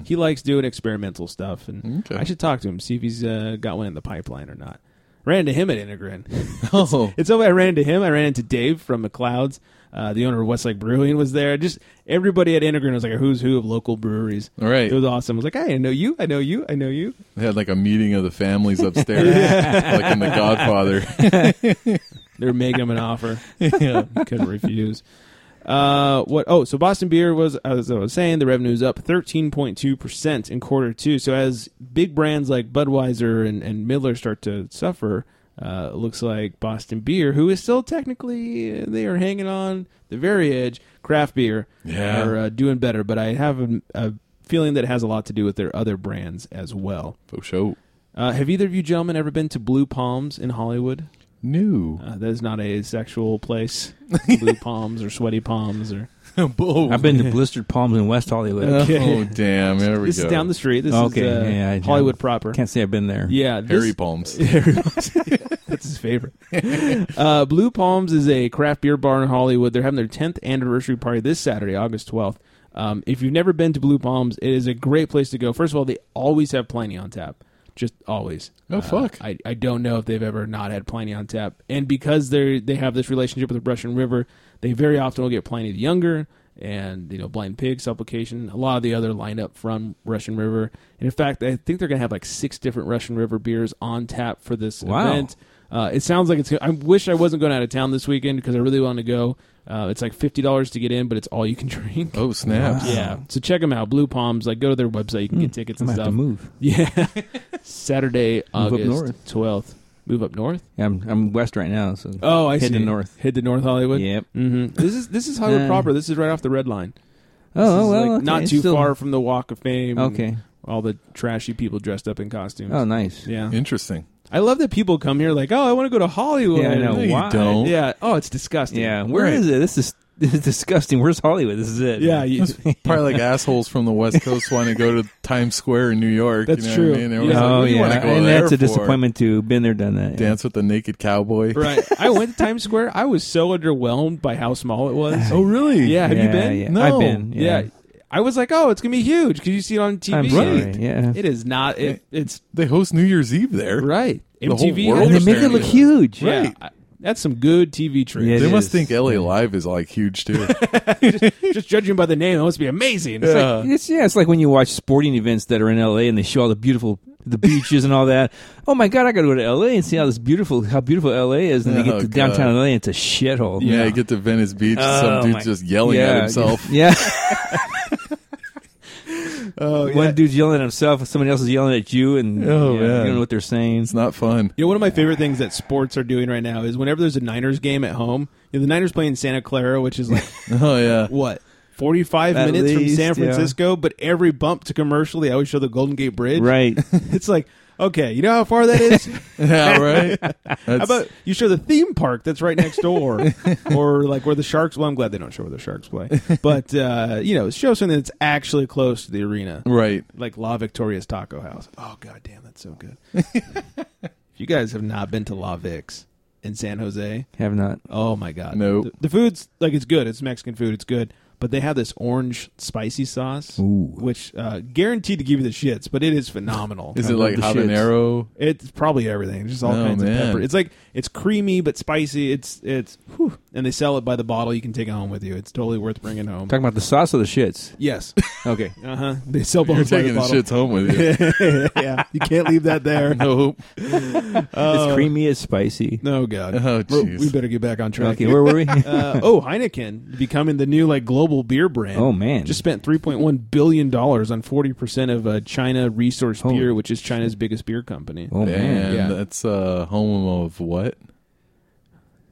Speaker 6: He likes doing experimental stuff, and
Speaker 8: Okay.
Speaker 6: I should talk to him see if he's uh, got one in the pipeline or not. Ran to him at Integrin.
Speaker 8: Oh,
Speaker 6: It's so I ran into him. I ran into Dave from McLeod's. Uh, the owner of Westlake Brewing was there. Just everybody at Integrin was like a who's who of local breweries.
Speaker 8: All right.
Speaker 6: It was awesome. I was like, hey, I know you. I know you. I know you.
Speaker 8: they had like a meeting of the families upstairs, like in The Godfather.
Speaker 6: They were making him an offer. yeah, couldn't refuse. Uh, what? Oh, so Boston Beer was as I was saying, the revenue is up thirteen point two percent in quarter two. So as big brands like Budweiser and, and Miller start to suffer, uh, it looks like Boston Beer, who is still technically uh, they are hanging on the very edge, craft beer
Speaker 8: Yeah.
Speaker 6: are uh, doing better. But I have a, a feeling that it has a lot to do with their other brands as well.
Speaker 8: For sure.
Speaker 6: Uh, have either of you gentlemen ever been to Blue Palms in Hollywood?
Speaker 8: New.
Speaker 6: Uh, that is not a sexual place. Blue palms or sweaty palms or
Speaker 7: I've been to Blistered Palms in West Hollywood.
Speaker 8: Oh damn! There we
Speaker 6: this
Speaker 8: go.
Speaker 6: is down the street. This
Speaker 7: Okay,
Speaker 6: is uh,
Speaker 7: yeah, I-
Speaker 6: Hollywood proper.
Speaker 7: Can't say I've been there.
Speaker 6: Yeah, this,
Speaker 8: Harry Palms.
Speaker 6: that's his favorite. uh, Blue Palms is a craft beer bar in Hollywood. They're having their 10th anniversary party this Saturday, August 12th. Um, if you've never been to Blue Palms, it is a great place to go. First of all, they always have plenty on tap. Just always. Uh,
Speaker 8: No Oh, fuck.
Speaker 6: I, I don't know if they've ever not had plenty on tap. And because they they have this relationship with the Russian River, they very often will get plenty the younger and you know blind pig supplication. A lot of the other lineup from Russian River. And in fact, I think they're gonna have like six different Russian River beers on tap for this
Speaker 7: Wow.
Speaker 6: event. Uh, it sounds like it's. I wish I wasn't going out of town this weekend because I really want to go. Uh, it's like fifty dollars to get in, but it's all you can drink.
Speaker 8: Oh snaps!
Speaker 6: Yeah, so check them out. Blue Palms. Like, go to their website. You can get tickets
Speaker 7: I
Speaker 6: and
Speaker 7: Hmm. might
Speaker 6: stuff.
Speaker 7: have to move.
Speaker 6: Yeah, Saturday,
Speaker 7: up
Speaker 6: August
Speaker 7: north.
Speaker 6: twelfth. Move up north.
Speaker 7: Yeah, I'm, I'm west right now, so
Speaker 6: Oh, I
Speaker 7: head
Speaker 6: see.
Speaker 7: to north.
Speaker 6: Head to North Hollywood.
Speaker 7: Yep.
Speaker 6: hmm This is this is Hollywood
Speaker 7: Uh,
Speaker 6: proper. This is right off the red line.
Speaker 7: Oh,
Speaker 6: This is,
Speaker 7: well,
Speaker 6: like,
Speaker 7: okay,
Speaker 6: not
Speaker 7: it's
Speaker 6: too
Speaker 7: still-
Speaker 6: far from the Walk of Fame. and
Speaker 7: Okay.
Speaker 6: all the trashy people dressed up in costumes.
Speaker 7: Oh, nice.
Speaker 6: yeah.
Speaker 8: Interesting.
Speaker 6: I love that people come here like, oh, I want to go to Hollywood.
Speaker 7: Yeah, I know.
Speaker 8: No, you
Speaker 7: Why?
Speaker 8: don't.
Speaker 6: Yeah. Oh, it's disgusting.
Speaker 7: Yeah, where is it? This is this is disgusting. Where's Hollywood? This is it.
Speaker 6: Yeah. You,
Speaker 8: Probably like assholes from the West Coast want to go to Times Square in New York.
Speaker 6: That's
Speaker 8: you know
Speaker 6: true.
Speaker 8: What I mean? They were
Speaker 6: Yeah.
Speaker 8: like,
Speaker 7: Oh
Speaker 8: what do you
Speaker 7: yeah,
Speaker 8: wanna go
Speaker 7: and
Speaker 8: there
Speaker 7: that's a
Speaker 8: for?
Speaker 7: disappointment too. Been there, done that. Yeah.
Speaker 8: Dance with the naked cowboy.
Speaker 6: right. I went to Times Square. I was so underwhelmed by how small it was.
Speaker 8: Oh really?
Speaker 6: Yeah. Have you
Speaker 7: Yeah,
Speaker 6: been?
Speaker 7: yeah.
Speaker 6: No.
Speaker 7: I've been, yeah.
Speaker 6: I was like, oh, it's gonna be huge because you see it on TV.
Speaker 7: I'm sorry. Yeah,
Speaker 6: It is not. It, it's
Speaker 8: They host New Year's Eve there.
Speaker 6: right.
Speaker 8: whole
Speaker 6: MTV.
Speaker 8: world
Speaker 6: had
Speaker 7: and
Speaker 6: their
Speaker 7: they make it look
Speaker 8: Apparently.
Speaker 7: huge.
Speaker 6: Yeah, I- that's some good TV tricks.
Speaker 7: Yeah, it
Speaker 8: They
Speaker 7: is.
Speaker 8: must think LA Live is like huge too.
Speaker 6: Just judging by the name, it must be amazing. It's like,
Speaker 7: It's yeah, it's like when you watch sporting events that are in LA and they show all the beautiful the beaches and all that. Oh my god, I got to go to LA and see how this beautiful how beautiful LA is. And they
Speaker 8: Oh,
Speaker 7: get to downtown
Speaker 8: God.
Speaker 7: LA and it's a shithole.
Speaker 8: yeah. I get to Venice Beach.
Speaker 7: Oh,
Speaker 8: some dude's
Speaker 7: my-
Speaker 8: just yelling at
Speaker 7: Yeah.
Speaker 8: himself.
Speaker 7: Yeah. One dude's yelling at himself, and somebody else is yelling at you, and
Speaker 8: Oh,
Speaker 7: yeah,
Speaker 8: man.
Speaker 7: you don't know what they're saying.
Speaker 8: It's not fun.
Speaker 6: you know, one of my favorite things that sports are doing right now is whenever there's a Niners game at home, you know, the Niners play in Santa Clara, which is like
Speaker 8: Oh yeah.
Speaker 6: what. 45
Speaker 7: At
Speaker 6: minutes from
Speaker 7: least,
Speaker 6: San
Speaker 7: yeah.
Speaker 6: Francisco, but every bump to commercial, they always show the Golden Gate Bridge.
Speaker 7: Right.
Speaker 6: It's like, okay, you know how far that is?
Speaker 8: Yeah. Right.
Speaker 6: how
Speaker 8: That's-
Speaker 6: about you show the theme park that's right next door? or like where the Sharks, well, I'm glad they don't show where the Sharks play. But, uh, you know, show something that's actually close to the arena.
Speaker 8: right.
Speaker 6: like La Victoria's Taco House. Oh god damn, that's so good. if you guys have not been to La Vix in San Jose,
Speaker 7: Have not.
Speaker 6: oh my god.
Speaker 8: Nope.
Speaker 6: The, the food's like it's good. It's Mexican food. It's good. But they have this orange spicy sauce, which uh, guaranteed to give you the shits, but it is phenomenal.
Speaker 8: Is it like
Speaker 7: the shits.
Speaker 8: habanero?
Speaker 6: It's probably everything. Just all
Speaker 8: Oh,
Speaker 6: kinds of
Speaker 8: man.
Speaker 6: pepper. It's like it's creamy but spicy. It's it's whew. and they sell it by the bottle. You can take it home with you. It's totally worth bringing home.
Speaker 7: Talking about the sauce of the shits.
Speaker 6: Yes.
Speaker 7: Okay.
Speaker 6: Uh huh. They sell bottles by
Speaker 8: You're
Speaker 6: the
Speaker 8: taking the
Speaker 6: bottle.
Speaker 8: shits home with you.
Speaker 6: yeah. You can't leave that there.
Speaker 8: nope.
Speaker 7: it's creamy, it's spicy.
Speaker 6: No God.
Speaker 8: Oh,
Speaker 6: We're-
Speaker 8: jeez.
Speaker 6: We better get back on track.
Speaker 7: Okay, where were we?
Speaker 6: Uh, oh, Heineken becoming the new like global beer brand.
Speaker 7: Oh, man.
Speaker 6: Just spent 3.1 billion dollars on 40% of uh, China Resource
Speaker 7: Holy
Speaker 6: Beer, which is China's biggest beer company.
Speaker 7: oh man.
Speaker 8: And
Speaker 6: Yeah.
Speaker 8: that's uh, home of what?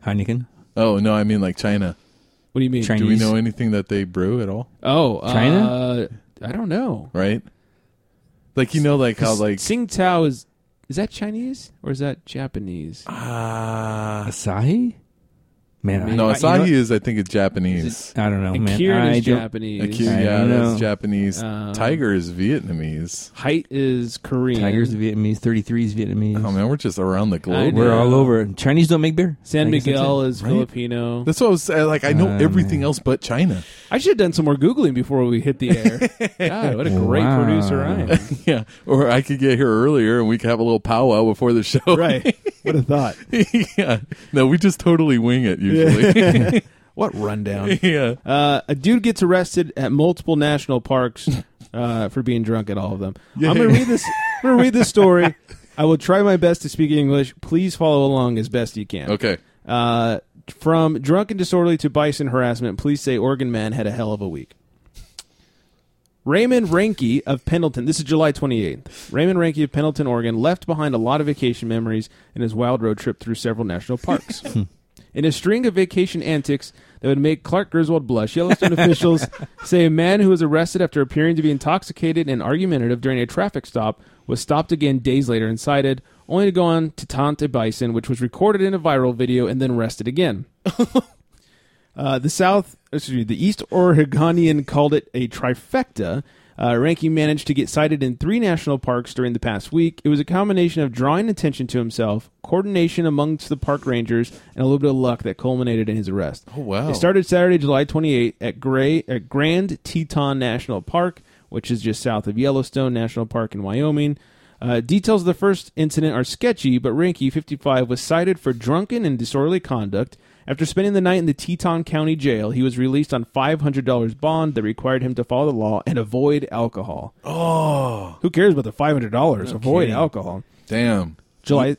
Speaker 7: Heineken.
Speaker 8: Oh no, I mean like China.
Speaker 6: What do you mean?
Speaker 7: China-
Speaker 8: Do we
Speaker 7: Chinese.
Speaker 8: know anything that they brew at all?
Speaker 6: Oh, uh,
Speaker 7: China?
Speaker 6: I don't know.
Speaker 8: Right? Like you know, like how like
Speaker 6: Tsingtao is
Speaker 7: Ah,
Speaker 6: is that Chinese or is that Japanese?
Speaker 7: Asahi? Man, I-
Speaker 8: No,
Speaker 6: You know-
Speaker 8: Asahi is I think it's Japanese.
Speaker 7: I don't know, man.
Speaker 6: Kieran
Speaker 7: I
Speaker 6: is
Speaker 7: don't-
Speaker 6: Japanese.
Speaker 8: Akira,
Speaker 7: I
Speaker 8: yeah,
Speaker 7: know.
Speaker 8: that's Japanese.
Speaker 6: Um,
Speaker 8: Tiger is Vietnamese.
Speaker 6: Height is Korean.
Speaker 7: Tigers Vietnamese, 33s Vietnamese.
Speaker 8: Oh man, we're just around the
Speaker 6: I
Speaker 8: globe.
Speaker 6: know.
Speaker 7: We're all over. Chinese don't make beer.
Speaker 6: San
Speaker 7: I guess that's
Speaker 6: Miguel
Speaker 7: it.
Speaker 6: is Filipino.
Speaker 8: That's what I was uh, like. I know
Speaker 7: Um,
Speaker 8: everything else but China.
Speaker 6: I should have done some more googling before we hit the air. God, what a great
Speaker 7: Wow.
Speaker 6: producer I am.
Speaker 8: Yeah, or I could get here earlier and we could have a little powwow before the show.
Speaker 6: right. What a thought.
Speaker 8: yeah. No, we just totally wing it usually.
Speaker 6: What rundown.
Speaker 8: yeah.
Speaker 6: Uh, a dude gets arrested at multiple national parks uh, for being drunk at all of them. I'm gonna read this. I'm gonna read this story. I will try my best to speak English. Please follow along as best you can.
Speaker 8: Okay.
Speaker 6: Uh, from drunken disorderly to bison harassment, police say Oregon man had a hell of a week. Raymond Ranke of Pendleton, this is July 28th. Raymond Ranke of Pendleton, Oregon, left behind a lot of vacation memories in his wild road trip through several national parks. in a string of vacation antics that would make Clark Griswold blush, Yellowstone officials say a man who was arrested after appearing to be intoxicated and argumentative during a traffic stop was stopped again days later and cited, only to go on to taunt a bison, which was recorded in a viral video and then arrested again. Uh, the South, excuse me, the East Oregonian called it a trifecta. Uh, Ranky managed to get cited in three national parks during the past week. It was a combination of drawing attention to himself, coordination amongst the park rangers, and a little bit of luck that culminated in his arrest. Oh
Speaker 8: wow.
Speaker 6: It started Saturday, July 28, at Gray at Grand Teton National Park, which is just south of Yellowstone National Park in Wyoming. Uh, details of the first incident are sketchy, but Ranky, 55, was cited for drunken and disorderly conduct. After spending the night in the Teton County Jail, he was released on $500 bond that required him to follow the law and avoid alcohol. Oh. Who cares about the $500? avoid alcohol.
Speaker 8: Damn.
Speaker 6: July.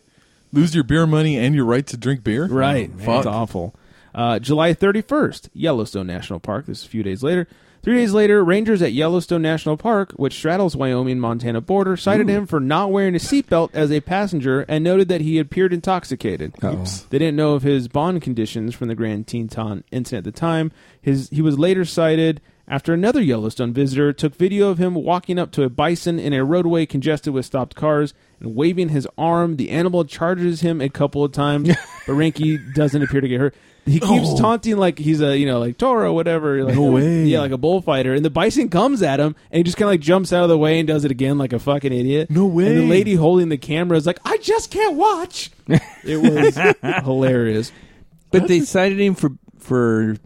Speaker 8: Lose your beer money and your right to drink beer.
Speaker 6: Right.
Speaker 8: Oh,
Speaker 6: That's
Speaker 8: fuck.
Speaker 6: awful. Uh, July 31st, Yellowstone National Park. This is a few days later. Three days later, rangers at Yellowstone National Park, which straddles Wyoming and Montana border, cited him for not wearing a seatbelt as a passenger and noted that he appeared intoxicated. They didn't know of his bond conditions from the Grand Teton incident at the time. His he was later cited after another Yellowstone visitor took video of him walking up to a bison in a roadway congested with stopped cars and waving his arm. The animal charges him a couple of times, but Ranky doesn't appear to get hurt. He keeps taunting like he's a you know like Toro whatever. Like, no
Speaker 8: Oh. way.
Speaker 6: Yeah, like a bullfighter. And the bison comes at him and he just kind of like jumps out of the way and does it again like a fucking idiot.
Speaker 8: No
Speaker 6: And the
Speaker 8: way.
Speaker 6: lady holding the camera is like, I just can't watch. It was hilarious.
Speaker 7: But they cited him for for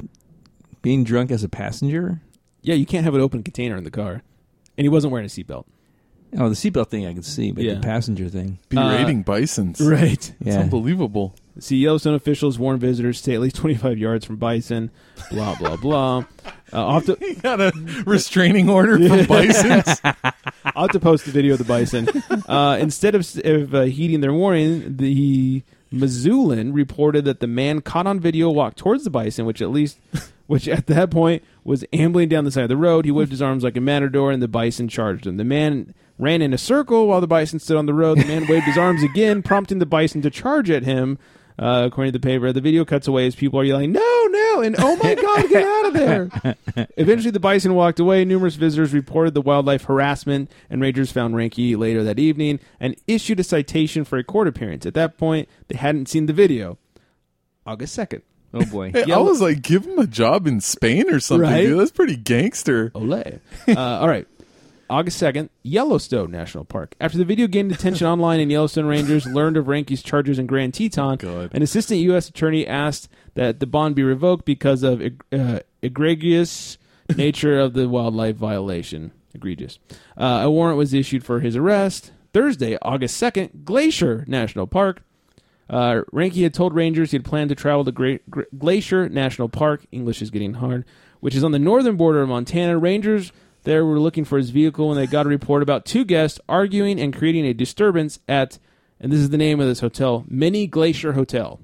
Speaker 7: being drunk as a passenger.
Speaker 6: Yeah, you can't have an open container in the car. And he wasn't wearing a seatbelt.
Speaker 7: Oh, the seatbelt thing I could see, but
Speaker 6: Yeah.
Speaker 7: the passenger thing.
Speaker 8: Berating bisons.
Speaker 6: Uh, Right.
Speaker 8: It's
Speaker 7: Yeah.
Speaker 8: unbelievable.
Speaker 6: See, Yellowstone E officials warn visitors to stay at least 25 yards from bison. Blah, blah, blah. Uh, I'll, have to,
Speaker 8: Got a restraining order from bisons.
Speaker 6: I'll have to post the video of the bison. Uh, instead of, of uh, heeding their warning, the Missoulian reported that the man caught on video walked towards the bison, which at least, which at that point was ambling down the side of the road. He waved his arms like a matador, and the bison charged him. The man ran in a circle while the bison stood on the road. The man waved his arms again, prompting the bison to charge at him. Uh, according to the paper, the video cuts away as people are yelling, "No, no!" and "Oh my God, get out of there!" Eventually, the bison walked away. Numerous visitors reported the wildlife harassment, and rangers found Ranky later that evening and issued a citation for a court appearance. At that point, they hadn't seen the video. August second.
Speaker 7: Oh boy.
Speaker 8: Hey, I was like, give him a job in Spain or something,
Speaker 6: Right?
Speaker 8: dude. That's pretty gangster.
Speaker 6: Olay. Uh, all right. August 2nd, Yellowstone National Park. After the video gained attention online and Yellowstone Rangers learned of Ranky's charges in Grand Teton,
Speaker 8: God.
Speaker 6: an assistant U.S. attorney asked that the bond be revoked because of eg- uh, egregious nature of the wildlife violation. Egregious. Uh, a warrant was issued for his arrest. Thursday, August 2nd, Glacier National Park. Uh, Ranky had told rangers he had planned to travel to Gra- Gra- Glacier National Park. English is getting hard, which is on the northern border of Montana. Rangers there were looking for his vehicle when they got a report about two guests arguing and creating a disturbance at, and this is the name of this hotel, Mini Glacier Hotel.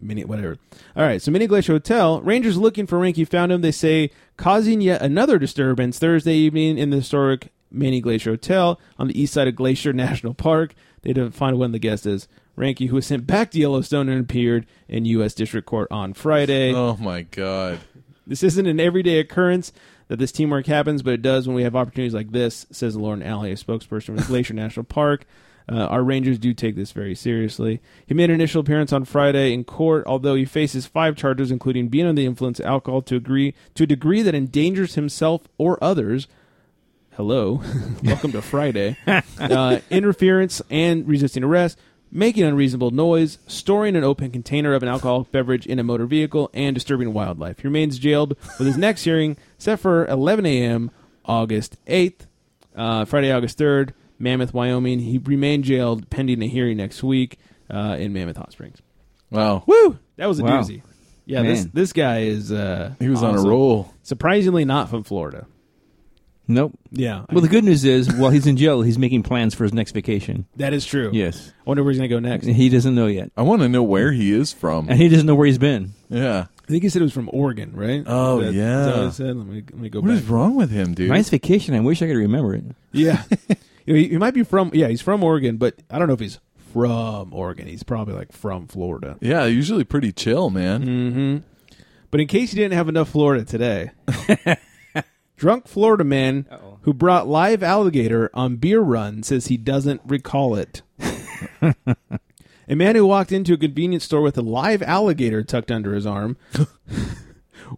Speaker 6: Mini, whatever. All right, so Mini Glacier Hotel. Rangers looking for Ranky found him. They say causing yet another disturbance Thursday evening in the historic Mini Glacier Hotel on the east side of Glacier National Park. They didn't find when the guest is. Ranky, who was sent back to Yellowstone and appeared in U.S. District Court on Friday.
Speaker 8: Oh my god.
Speaker 6: This isn't an everyday occurrence that this teamwork happens, but it does when we have opportunities like this, says Lauren Alley, a spokesperson with Glacier National Park. Uh, our Rangers do take this very seriously. He made an initial appearance on Friday in court, although he faces five charges, including being under the influence of alcohol to agree to a degree that endangers himself or others. Hello, welcome to Friday. Uh, interference and resisting arrest, making unreasonable noise, storing an open container of an alcoholic beverage in a motor vehicle, and disturbing wildlife. He remains jailed with his next hearing set for 11 a.m. August 8th uh, Friday, August 3rd, Mammoth, Wyoming. He remained jailed pending a hearing next week uh, in Mammoth Hot Springs.
Speaker 8: Wow.
Speaker 6: Woo! That was a
Speaker 7: Wow.
Speaker 6: doozy. Yeah, this
Speaker 7: Man.
Speaker 6: this guy is. Uh,
Speaker 8: He was on
Speaker 6: awesome.
Speaker 8: a roll.
Speaker 6: Surprisingly, not from Florida.
Speaker 7: Nope.
Speaker 6: Yeah,
Speaker 7: Well, the good news is, while he's in jail, he's making plans for his next vacation.
Speaker 6: that is true.
Speaker 7: Yes.
Speaker 6: I wonder where he's gonna go next.
Speaker 7: And he doesn't know yet.
Speaker 8: I want to know where he is from.
Speaker 7: And he doesn't know where he's been.
Speaker 8: Yeah.
Speaker 6: I think he said it was from Oregon, right?
Speaker 8: Oh,
Speaker 6: That-
Speaker 8: yeah.
Speaker 6: is that what it said? Let me let me go
Speaker 8: What
Speaker 6: back.
Speaker 8: is wrong with him, dude?
Speaker 7: Nice vacation. I wish I could remember it.
Speaker 6: Yeah, You know, he, he might be from. Yeah, he's from Oregon, but I don't know if he's from Oregon. He's probably like from Florida.
Speaker 8: Yeah, usually pretty chill, man.
Speaker 6: But in case you didn't have enough Florida today, drunk Florida man who brought live alligator on beer run says he doesn't recall it. a man who walked into a convenience store with a live alligator tucked under his arm,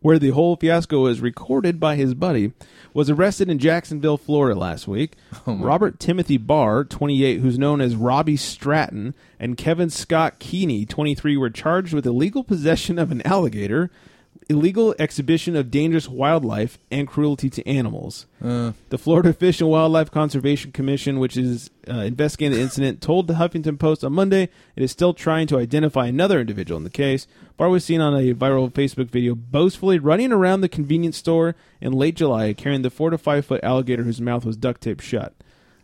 Speaker 6: where the whole fiasco was recorded by his buddy, was arrested in Jacksonville, Florida last week. Robert Timothy Barr, 28, who's known as Robbie Stratton, and Kevin Scott Keeney, 23, were charged with illegal possession of an alligator, illegal exhibition of dangerous wildlife, and cruelty to animals. The Florida Fish and Wildlife Conservation Commission, which is uh, investigating the incident, told the Huffington Post on Monday it is still trying to identify another individual in the case. Barr was seen on a viral Facebook video boastfully running around the convenience store in late July carrying the four to five foot alligator whose mouth was duct taped shut.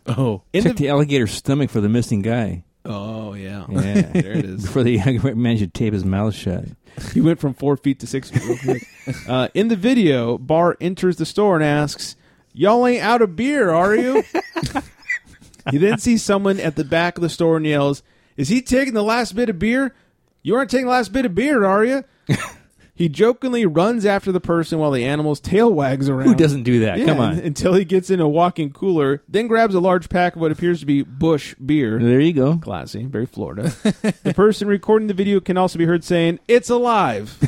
Speaker 8: Oh.
Speaker 6: In
Speaker 7: Check the alligator's stomach for the missing guy.
Speaker 6: oh, yeah.
Speaker 7: Yeah.
Speaker 6: there it is.
Speaker 7: Before the alligator managed to tape his mouth shut.
Speaker 6: He went from four feet to six feet. real quick. Uh, in the video, Barr enters the store and asks, "Y'all ain't out of beer, are you?" he then sees someone at the back of the store and yells, "Is he taking the last bit of beer? You aren't taking the last bit of beer, are you?" he jokingly runs after the person while the animal's tail wags around.
Speaker 7: Who doesn't do that?
Speaker 6: Yeah,
Speaker 7: Come on.
Speaker 6: Until he gets in a walking cooler, then grabs a large pack of what appears to be Bush beer.
Speaker 7: There you go.
Speaker 6: Classy, very Florida. the person recording the video can also be heard saying, "It's alive."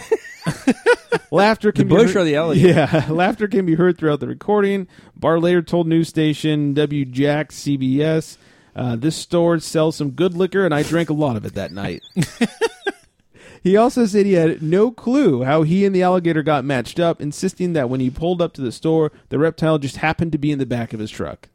Speaker 6: laughter can
Speaker 7: The
Speaker 6: be
Speaker 7: bush
Speaker 6: heard,
Speaker 7: or the alligator?
Speaker 6: Yeah, laughter can be heard throughout the recording. Barr later told news station WJack CBS, uh, "This store sells some good liquor, and I drank a lot of it that night." He also said he had no clue how he and the alligator got matched up, insisting that when he pulled up to the store, the reptile just happened to be in the back of his truck.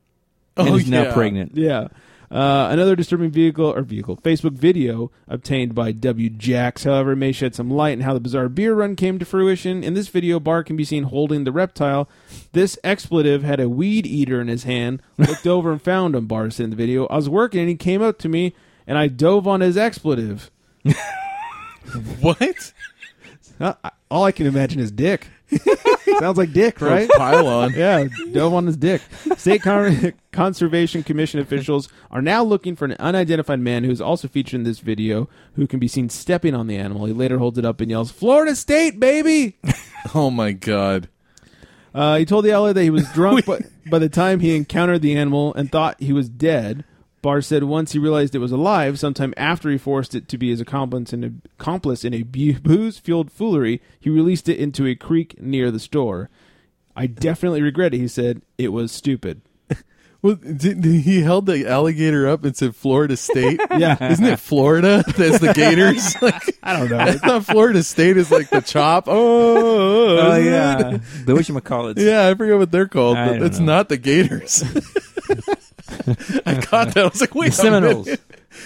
Speaker 8: Oh,
Speaker 7: and he's
Speaker 8: yeah.
Speaker 7: now pregnant.
Speaker 6: Yeah. Uh, another disturbing vehicle or vehicle Facebook video obtained by W. Jax, however, may shed some light on how the bizarre beer run came to fruition. In this video, Barr can be seen holding the reptile. This expletive had a weed eater in his hand. Looked over and found him. Barr said in the video, "I was working and he came up to me and I dove on his expletive."
Speaker 8: What?
Speaker 6: Uh, I- all I can imagine is dick. Sounds like dick, right?
Speaker 8: Pylon.
Speaker 6: yeah, dove on his dick. State Con- Conservation Commission officials are now looking for an unidentified man who's also featured in this video who can be seen stepping on the animal. He later holds it up and yells, Florida State, baby!
Speaker 8: Oh my god.
Speaker 6: Uh, he told the LA that he was drunk but by the time he encountered the animal and thought he was dead. Barr said once he realized it was alive, sometime after he forced it to be his accomplice in a, accomplice in a bu- booze-fueled foolery, he released it into a creek near the store. I definitely regret it, he said. It was stupid.
Speaker 8: Well, did, did he held the alligator up and said Florida State.
Speaker 6: Yeah.
Speaker 8: Isn't it Florida? That's the Gators. Like,
Speaker 6: I don't know.
Speaker 8: it's not Florida State. It's like the chop. Oh,
Speaker 7: Oh,
Speaker 8: isn't it?
Speaker 7: yeah. the whatchamacallits.
Speaker 8: Yeah, I forget what they're called,
Speaker 7: I
Speaker 8: but
Speaker 7: don't
Speaker 8: that's
Speaker 7: know.
Speaker 8: not the Gators. I caught that. I was like, wait,
Speaker 7: The Seminoles.
Speaker 8: A minute.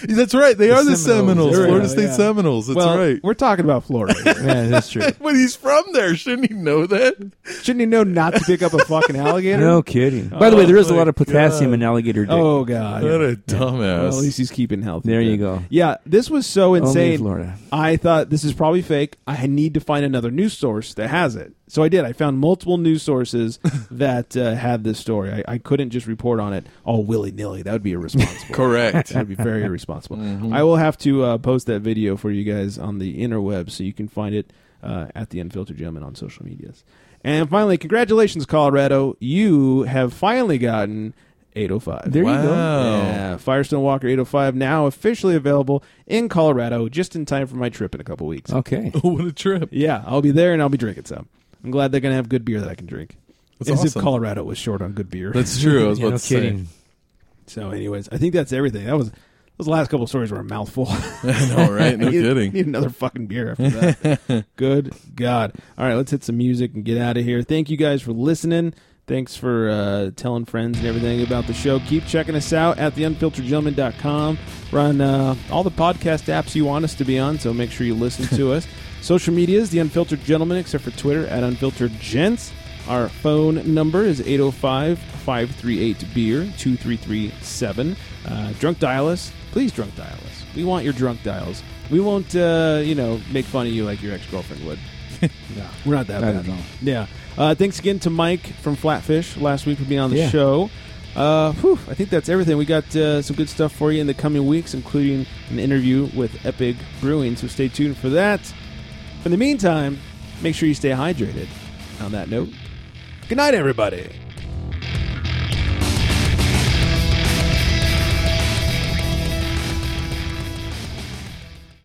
Speaker 8: that's right. They are the
Speaker 7: Seminoles.
Speaker 8: Seminoles.
Speaker 7: There we
Speaker 8: Florida
Speaker 7: go,
Speaker 8: State Seminoles. That's
Speaker 6: well,
Speaker 8: right.
Speaker 6: we're talking about Florida. here.
Speaker 7: Yeah, that's true.
Speaker 8: But he's from there. Shouldn't he know that?
Speaker 6: Shouldn't he know not to pick up a fucking alligator?
Speaker 7: No kidding. By the way, there is a lot of potassium
Speaker 8: God.
Speaker 7: in alligator dick.
Speaker 6: Oh, God.
Speaker 8: What a dumbass.
Speaker 6: Well, at least he's keeping healthy.
Speaker 7: There you go.
Speaker 6: Yeah, this was so
Speaker 7: Only in
Speaker 6: insane.
Speaker 7: Florida.
Speaker 6: I thought this is probably fake. I need to find another news source that has it. So I did. I found multiple news sources that uh, had this story. I, I couldn't just report on it all willy nilly. That would be irresponsible.
Speaker 8: Correct.
Speaker 6: That would be very irresponsible.
Speaker 8: Mm-hmm.
Speaker 6: I will have to uh, post that video for you guys on the interweb so you can find it uh, at the Unfiltered Gentleman on social medias. And finally, congratulations, Colorado. You have finally gotten 805.
Speaker 7: There you go.
Speaker 8: Wow.
Speaker 6: Yeah, Firestone Walker 805 now officially available in Colorado just in time for my trip in a couple weeks.
Speaker 7: Okay.
Speaker 8: what a trip.
Speaker 6: Yeah, I'll be there and I'll be drinking some. I'm glad they're going to have good beer that I can drink.
Speaker 8: That's
Speaker 6: As
Speaker 8: awesome.
Speaker 6: if Colorado was short on good beer.
Speaker 8: That's true. I was
Speaker 7: Yeah,
Speaker 8: about
Speaker 7: no
Speaker 8: to say.
Speaker 7: kidding.
Speaker 6: so, anyways, I think that's everything. That was those last couple stories were a mouthful.
Speaker 8: I know, right? No
Speaker 6: need,
Speaker 8: kidding.
Speaker 6: Need another fucking beer after that. Good God. All right, let's hit some music and get out of here. Thank you guys for listening. Thanks for uh, telling friends and everything about the show. Keep checking us out at theunfilteredgentleman.com. We're on uh, all the podcast apps you want us to be on, so make sure you listen to us. Social media is The Unfiltered Gentleman, except for Twitter, at Unfiltered Gents. Our phone number is 805 538 Beer 2337. Uh, drunk dial us. Please drunk dial us. We want your drunk dials. We won't, uh, you know, make fun of you like your ex girlfriend would. no, we're not that
Speaker 7: Not
Speaker 6: bad.
Speaker 7: at all.
Speaker 6: Yeah. Uh, thanks again to Mike from Flatfish last week for being on the
Speaker 7: Yeah.
Speaker 6: show. Uh, whew, I think that's everything. We got uh, some good stuff for you in the coming weeks, including an interview with Epic Brewing. So stay tuned for that. In the meantime, make sure you stay hydrated. On that note, good night, everybody.